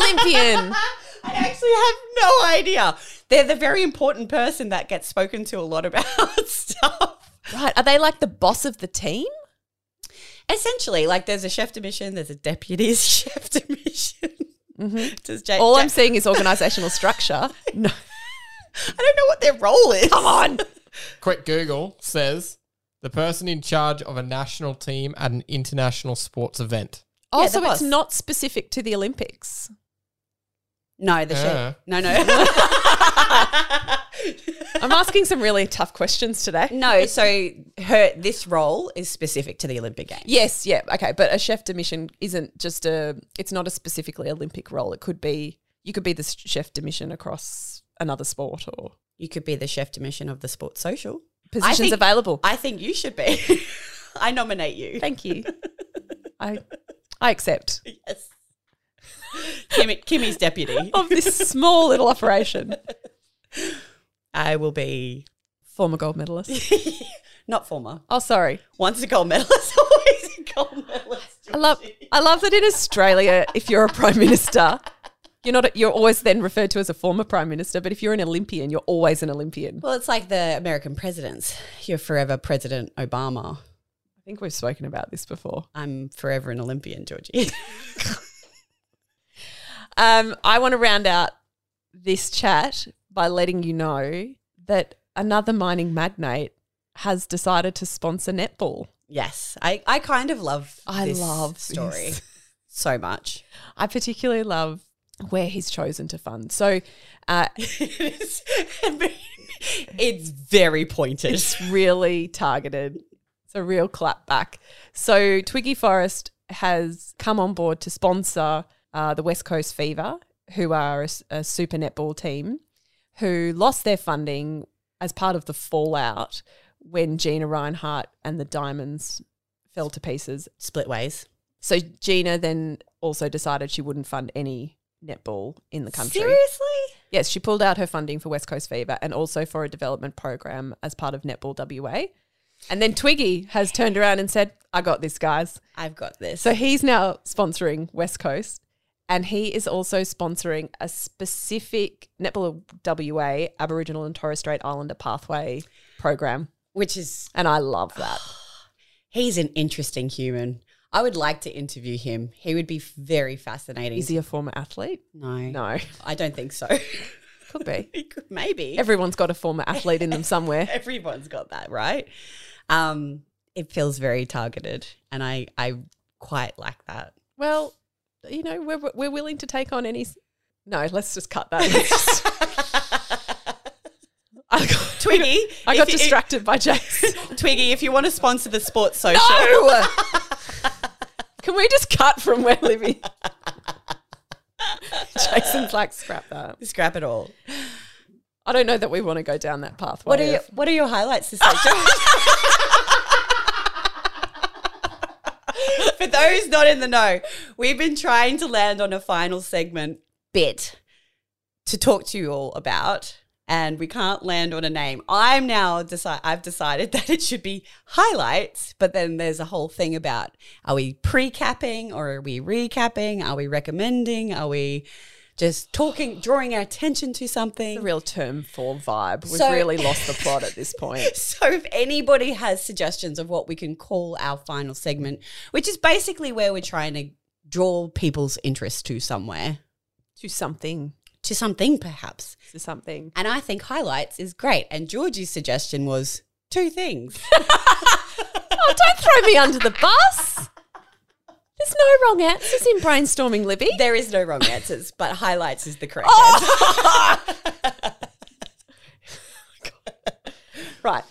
Speaker 2: Olympian.
Speaker 1: I actually have no idea. They're the very important person that gets spoken to a lot about stuff.
Speaker 2: Right. Are they like the boss of the team?
Speaker 1: Essentially, like there's a chef de mission, there's a deputy chef de mission. Does Jay,
Speaker 2: All
Speaker 1: Jay-
Speaker 2: I'm seeing is organizational structure. No.
Speaker 1: I don't know what their role is. Come on.
Speaker 5: Quick Google says the person in charge of a national team at an international sports event.
Speaker 2: Oh,
Speaker 1: Yeah, the
Speaker 2: so
Speaker 1: boss.
Speaker 2: it's not specific to the Olympics.
Speaker 1: No, the
Speaker 5: Yeah.
Speaker 1: chef. No, no.
Speaker 2: I'm asking some really tough questions today.
Speaker 1: no, so her this role is specific to the Olympic Games.
Speaker 2: Yes, yeah, okay, but a chef de mission isn't just a. It's not a specifically Olympic role. It could be you could be the s- chef de mission across another sport or
Speaker 1: You could be the chef de mission of the sports social.
Speaker 2: positions
Speaker 1: think-
Speaker 2: available.
Speaker 1: I think you should be. I nominate you.
Speaker 2: Thank you. I I accept
Speaker 1: Yes. Kimmy, Kimmy's deputy.
Speaker 2: of this small little operation.
Speaker 1: I will be
Speaker 2: Former gold medalist.
Speaker 1: not former.
Speaker 2: Oh, sorry.
Speaker 1: Once a gold medalist, always a gold medalist.
Speaker 2: I love I love that in Australia, if you're a prime minister. You're not. You're always then referred to as a former prime minister, but if you're an Olympian, you're always an Olympian.
Speaker 1: Well, it's like the American presidents. You're forever President Obama.
Speaker 2: I think we've spoken about this before.
Speaker 1: I'm forever an Olympian, Georgie.
Speaker 2: Um, I want to round out this chat by letting you know that another mining magnate has decided to sponsor netball.
Speaker 1: yes, I, I kind of love
Speaker 2: I
Speaker 1: this
Speaker 2: love this.
Speaker 1: story so much.
Speaker 2: I particularly love where he's chosen to fund. So uh,
Speaker 1: it's, it's very pointed.
Speaker 2: it's really targeted. It's a real clap back. So Twiggy Forest has come on board to sponsor uh, the West Coast Fever, who are a, s- a super netball team who lost their funding as part of the fallout when Gina Reinhart and the Diamonds fell to pieces
Speaker 1: Split ways.
Speaker 2: so Gina then also decided she wouldn't fund any netball in the country.
Speaker 1: Seriously?
Speaker 2: Yes, she pulled out her funding for West Coast Fever and also for a development program as part of Netball WA. And then Twiggy has turned around and said, I got this, guys.
Speaker 1: I've got this.
Speaker 2: So he's now sponsoring West Coast and he is also sponsoring a specific Netball WA Aboriginal and Torres Strait Islander pathway program.
Speaker 1: Which is
Speaker 2: And I love that.
Speaker 1: He's an interesting human. I would like to interview him. He would be very fascinating.
Speaker 2: Is he a former athlete?
Speaker 1: No,
Speaker 2: No,
Speaker 1: I don't think so.
Speaker 2: could be.
Speaker 1: He could- Maybe
Speaker 2: Everyone's got a former athlete in them somewhere.
Speaker 1: everyone's got that, right? Um, it feels very targeted, and I I quite like that.
Speaker 2: Well, you know, we're we're willing to take on any. s- No, let's just cut that. Let's just- I got,
Speaker 1: Twiggy,
Speaker 2: I got
Speaker 1: if you-
Speaker 2: distracted by Jace.
Speaker 1: Twiggy, if you want to sponsor the sports social,
Speaker 2: Can we just cut from where Livy? Jason's like, scrap that.
Speaker 1: scrap it all.
Speaker 2: I don't know that we want to go down that pathway.
Speaker 1: What are your
Speaker 2: of-
Speaker 1: What are your highlights this week? For those not in the know, we've been trying to land on a final segment bit to talk to you all about, and we can't land on a name. I'm now decide I've decided that it should be highlights, but then there's a whole thing about are we pre-capping or are we recapping? Are we recommending? Are we just talking, drawing our attention to something?
Speaker 2: the real term for vibe? We've
Speaker 1: So-
Speaker 2: really lost the plot at this point.
Speaker 1: So, if anybody has suggestions of what we can call our final segment, which is basically where we're trying to draw people's interest to somewhere,
Speaker 2: To something,
Speaker 1: to something perhaps.
Speaker 2: to something.
Speaker 1: And I think highlights is great. And Georgie's suggestion was two things.
Speaker 2: Oh, don't throw me under the bus. There's no wrong answers in brainstorming, Libby.
Speaker 1: there is no wrong answers, but highlights is the correct
Speaker 2: Oh!
Speaker 1: answer.
Speaker 2: Right.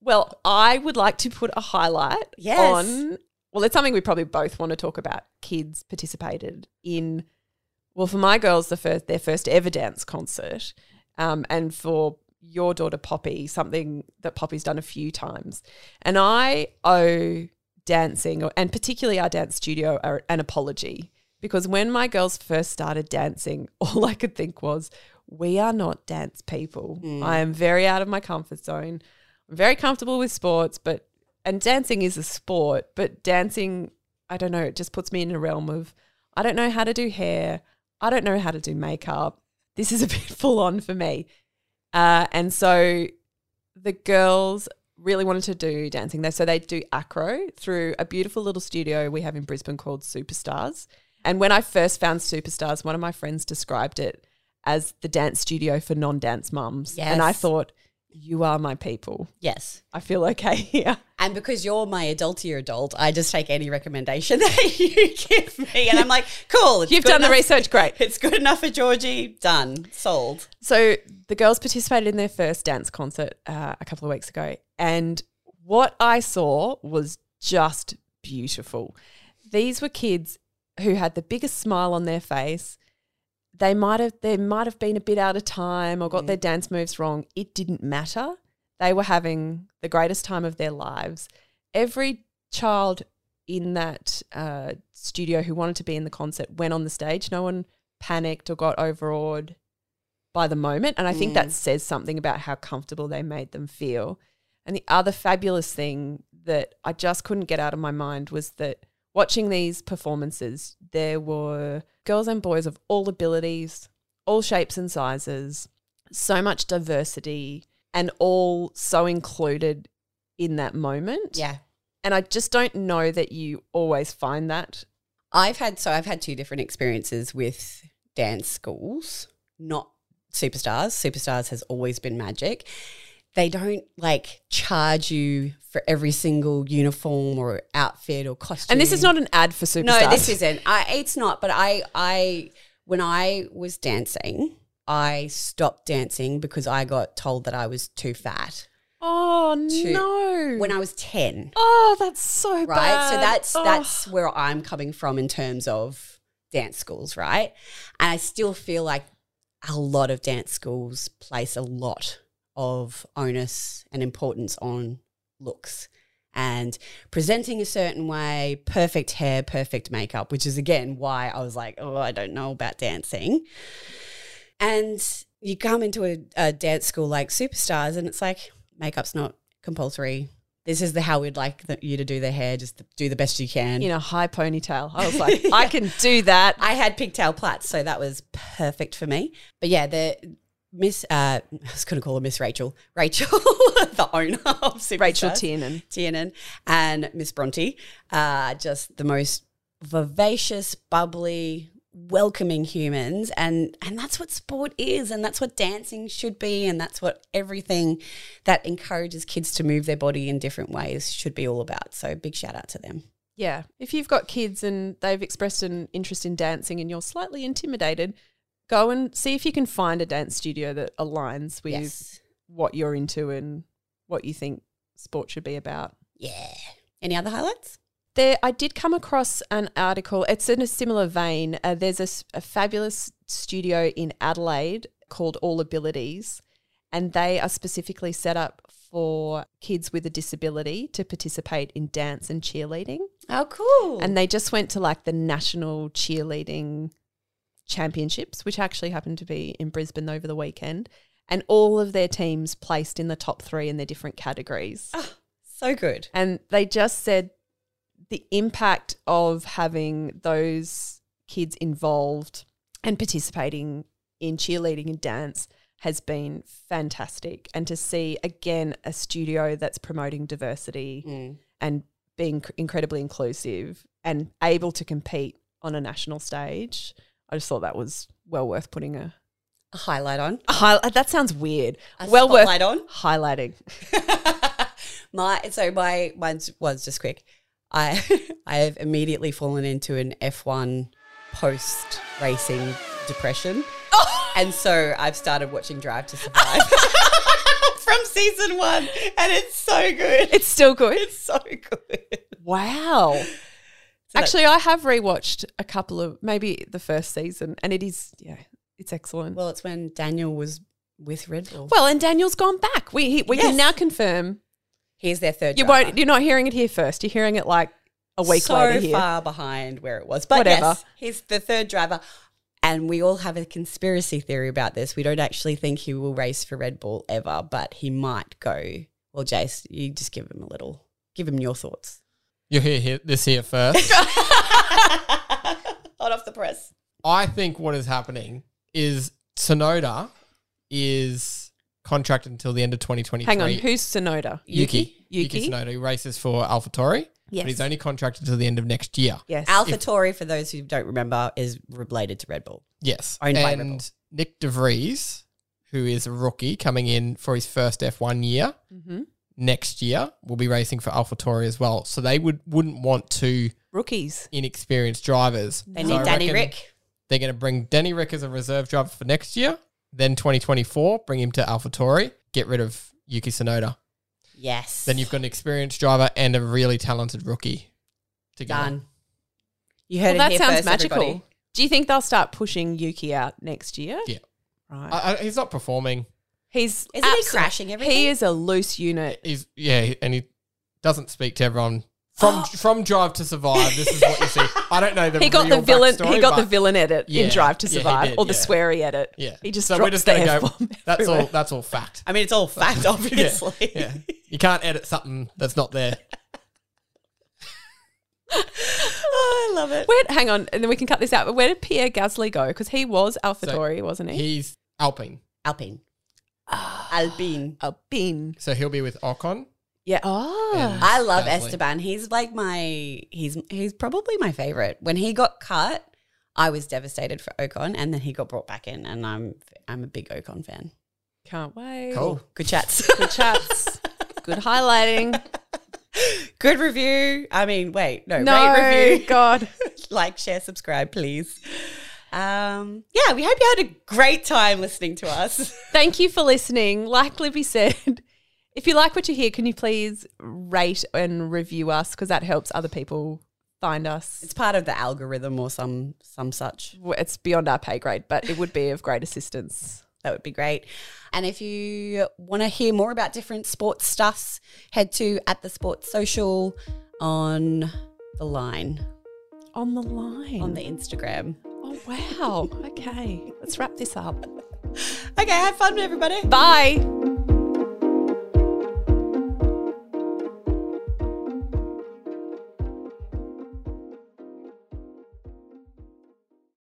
Speaker 2: Well, I would like to put a highlight
Speaker 1: Yes.
Speaker 2: on. Well, it's something we probably both want to talk about. Kids participated in. Well, for my girls, the first their first ever dance concert, um, and for your daughter Poppy, something that Poppy's done a few times, and I owe dancing, or- and particularly our dance studio, a- an apology because when my girls first started dancing, all I could think was, "We are not dance people. I am very out of my comfort zone. I'm very comfortable with sports, but and dancing is a sport, but dancing, I don't know, it just puts me in a realm of I don't know how to do hair, I don't know how to do makeup. This is a bit full on for me. Uh, and so the girls really wanted to do dancing. They so they do acro through a beautiful little studio we have in Brisbane called Superstars. And when I first found Superstars, one of my friends described it as the dance studio for non-dance mums. And I
Speaker 1: Yes.
Speaker 2: thought, you are my people.
Speaker 1: Yes.
Speaker 2: I feel okay here.
Speaker 1: And because you're my adultier adult, I just take any recommendation that you give me. And I'm like, cool. it's
Speaker 2: You've
Speaker 1: good
Speaker 2: done the
Speaker 1: enough-
Speaker 2: research, great.
Speaker 1: It's good enough for Georgie. Done. Sold.
Speaker 2: So the girls participated in their first dance concert uh, a couple of weeks ago, and what I saw was just beautiful. These were kids who had the biggest smile on their face. They might have they might have been a bit out of time or got their dance moves wrong. It didn't matter. They were having the greatest time of their lives. Every child in that uh, studio who wanted to be in the concert went on the stage. No one panicked or got overawed by the moment. And I think
Speaker 1: Mm.
Speaker 2: that says something about how comfortable they made them feel. And the other fabulous thing that I just couldn't get out of my mind was that watching these performances, there were girls and boys of all abilities, all shapes and sizes, so much diversity, and all so included in that moment.
Speaker 1: Yeah.
Speaker 2: And I just don't know that you always find that.
Speaker 1: I've had so I've had two different experiences with dance schools, not superstars. Superstars has always been magic. They don't like charge you for every single uniform or outfit or costume.
Speaker 2: And this is not an ad for superstars.
Speaker 1: No, this isn't. I, it's not. But I, I, when I was dancing, I stopped dancing because I got told that I was too fat
Speaker 2: Oh
Speaker 1: To-
Speaker 2: no!
Speaker 1: when I was ten.
Speaker 2: oh, that's so
Speaker 1: right?
Speaker 2: bad.
Speaker 1: So that's
Speaker 2: Oh.
Speaker 1: that's where I'm coming from in terms of dance schools, right? And I still feel like a lot of dance schools place a lot of onus and importance on looks and presenting a certain way, perfect hair, perfect makeup, which is again why I was like, oh, I don't know about dancing. And you come into a, a dance school like Superstars, and it's like makeup's not compulsory. This is the how we'd like the, you to do the hair. Just do the best you can.
Speaker 2: in a high ponytail. I was like, I can do that.
Speaker 1: I had pigtail plaits, so that was perfect for me. But yeah, the Miss, uh, I was going to call her Miss Rachel, Rachel, the owner of Superstars.
Speaker 2: Rachel Tiernan.
Speaker 1: Tiernan and Miss Bronte. Uh, just the most vivacious, bubbly, welcoming humans. And, and that's what sport is. And that's what dancing should be. And that's what everything that encourages kids to move their body in different ways should be all about. So big shout out to them.
Speaker 2: Yeah. If you've got kids and they've expressed an interest in dancing and you're slightly intimidated, go and see if you can find a dance studio that aligns with
Speaker 1: Yes.
Speaker 2: what you're into and what you think sport should be about.
Speaker 1: Yeah. Any other highlights?
Speaker 2: There, I did come across an article. It's in a similar vein. Uh, there's a, s- a fabulous studio in Adelaide called All Abilities, and they are specifically set up for kids with a disability to participate in dance and cheerleading.
Speaker 1: Oh, cool.
Speaker 2: And they just went to like the national cheerleading championships, which actually happened to be in Brisbane over the weekend. And all of their teams placed in the top three in their different categories.
Speaker 1: so good.
Speaker 2: And they just said the impact of having those kids involved and participating in cheerleading and dance has been fantastic. And to see again a studio that's promoting diversity
Speaker 1: Mm.
Speaker 2: and being c- incredibly inclusive and able to compete on a national stage, I just thought that was well worth putting a,
Speaker 1: A highlight on.
Speaker 2: a highlight. That sounds weird.
Speaker 1: A
Speaker 2: well worth
Speaker 1: spotlight on.
Speaker 2: highlighting.
Speaker 1: my so my mine's was just quick. I I have immediately fallen into an F one post racing depression, and so I've started watching Drive to Survive from season one, and it's so good.
Speaker 2: It's still good.
Speaker 1: It's so good.
Speaker 2: Wow.
Speaker 1: that-
Speaker 2: Actually, I have rewatched a couple of maybe the first season, and it is yeah, it's excellent. Well,
Speaker 1: Well, it's when Daniel was with Red Bull.
Speaker 2: and Daniel's gone back. We he, we
Speaker 1: Yes.
Speaker 2: can now confirm
Speaker 1: Here's their third.
Speaker 2: you
Speaker 1: driver.
Speaker 2: won't. You're not hearing it here first. You're hearing it like a week
Speaker 1: so
Speaker 2: later here.
Speaker 1: far behind where it was. But
Speaker 2: Whatever.
Speaker 1: yes, he's the third driver. And we all have a conspiracy theory about this. We don't actually think he will race for Red Bull ever, but he might go. Well, Jace, you just give him a little give them your thoughts.
Speaker 5: You hear here, this here first.
Speaker 1: Hot off the press.
Speaker 5: I think what is happening is Sonoda is contracted until the end of 2023.
Speaker 2: Hang on, who's Sonoda?
Speaker 5: Yuki.
Speaker 2: Yuki.
Speaker 5: Yuki Sonoda, who races for AlphaTauri,
Speaker 1: Yes.
Speaker 5: but he's only contracted till the end of next year.
Speaker 2: Yes.
Speaker 1: Alpha Tori, for those who don't remember, is related to Red Bull.
Speaker 5: Yes.
Speaker 1: Owned by Red Bull.
Speaker 5: and Nick De Vries, who is a rookie coming in for his first F1 year
Speaker 1: Mm-hmm.
Speaker 2: Mhm.
Speaker 5: next year, will be racing for AlphaTauri as well. So they would wouldn't want two
Speaker 2: Rookies.
Speaker 5: inexperienced drivers.
Speaker 1: They
Speaker 5: So
Speaker 1: need
Speaker 5: I
Speaker 1: Danny
Speaker 5: reckon
Speaker 1: Rick.
Speaker 5: They're going to bring Danny Rick as a reserve driver for next year, then 2024, bring him to AlphaTauri, get rid of Yuki Tsunoda.
Speaker 1: Yes.
Speaker 5: Then you've got an experienced driver and a really talented rookie. Together.
Speaker 1: done. You
Speaker 2: Well,
Speaker 1: heard
Speaker 2: that
Speaker 1: it here
Speaker 2: sounds
Speaker 1: first,
Speaker 2: magical.
Speaker 1: everybody.
Speaker 2: Do you think they'll start pushing Yuki out next year?
Speaker 5: Yeah.
Speaker 2: Right.
Speaker 5: I, I, he's not performing.
Speaker 2: He's
Speaker 1: Isn't he
Speaker 2: absol-
Speaker 1: crashing everything?
Speaker 2: He is a loose unit.
Speaker 5: He's yeah, and he doesn't speak to everyone. From from Drive to Survive, this is what you see. I don't know the
Speaker 2: He got
Speaker 5: real
Speaker 2: the villain. He
Speaker 5: backstory,
Speaker 2: got the
Speaker 5: but-
Speaker 2: villain edit
Speaker 5: Yeah,
Speaker 2: in Drive to
Speaker 5: yeah, he
Speaker 2: Survive,
Speaker 5: did,
Speaker 2: or the
Speaker 5: yeah.
Speaker 2: sweary edit.
Speaker 5: Yeah,
Speaker 2: he just
Speaker 5: so we're
Speaker 2: drops
Speaker 5: just gonna
Speaker 2: the
Speaker 5: go.
Speaker 2: F-bomb
Speaker 5: That's all.
Speaker 2: everywhere.
Speaker 5: That's all fact.
Speaker 1: I mean, it's all fact, obviously.
Speaker 5: Yeah, you can't edit something that's not there.
Speaker 1: oh, I love it.
Speaker 2: Where, hang on, and then we can cut this out. But where did Pierre Gasly go? Because he was AlphaTauri, wasn't he?
Speaker 5: He's Alpine,
Speaker 1: Alpine. Alpine.
Speaker 2: a bin.
Speaker 5: so he'll be with Ocon.
Speaker 2: Yeah. Oh.
Speaker 5: And
Speaker 1: I love
Speaker 5: Gasly.
Speaker 1: Esteban. He's like my he's he's probably my favorite. When he got cut, I was devastated for Ocon, and then he got brought back in, and I'm I'm a big Ocon fan.
Speaker 2: Can't wait.
Speaker 5: Cool.
Speaker 1: Good chats.
Speaker 2: Good chats. Good highlighting.
Speaker 1: Good review. I mean, wait, no, rate
Speaker 2: No,
Speaker 1: review.
Speaker 2: God.
Speaker 1: like, share, subscribe, please. Um, yeah, we hope you had a great time listening to us.
Speaker 2: Thank you for listening. Like Libby said, if you like what you hear, can you please rate and review us because that helps other people find us.
Speaker 1: It's part of the algorithm or some some such.
Speaker 2: It's, it's beyond our pay grade, but it would be of great assistance.
Speaker 1: That would be great. And if you want to hear more about different sports stuffs, head to at the sports social on the line
Speaker 2: On the line.
Speaker 1: on the Instagram.
Speaker 2: oh, wow. Okay. Let's wrap this up.
Speaker 1: Okay, have fun, everybody.
Speaker 2: Bye.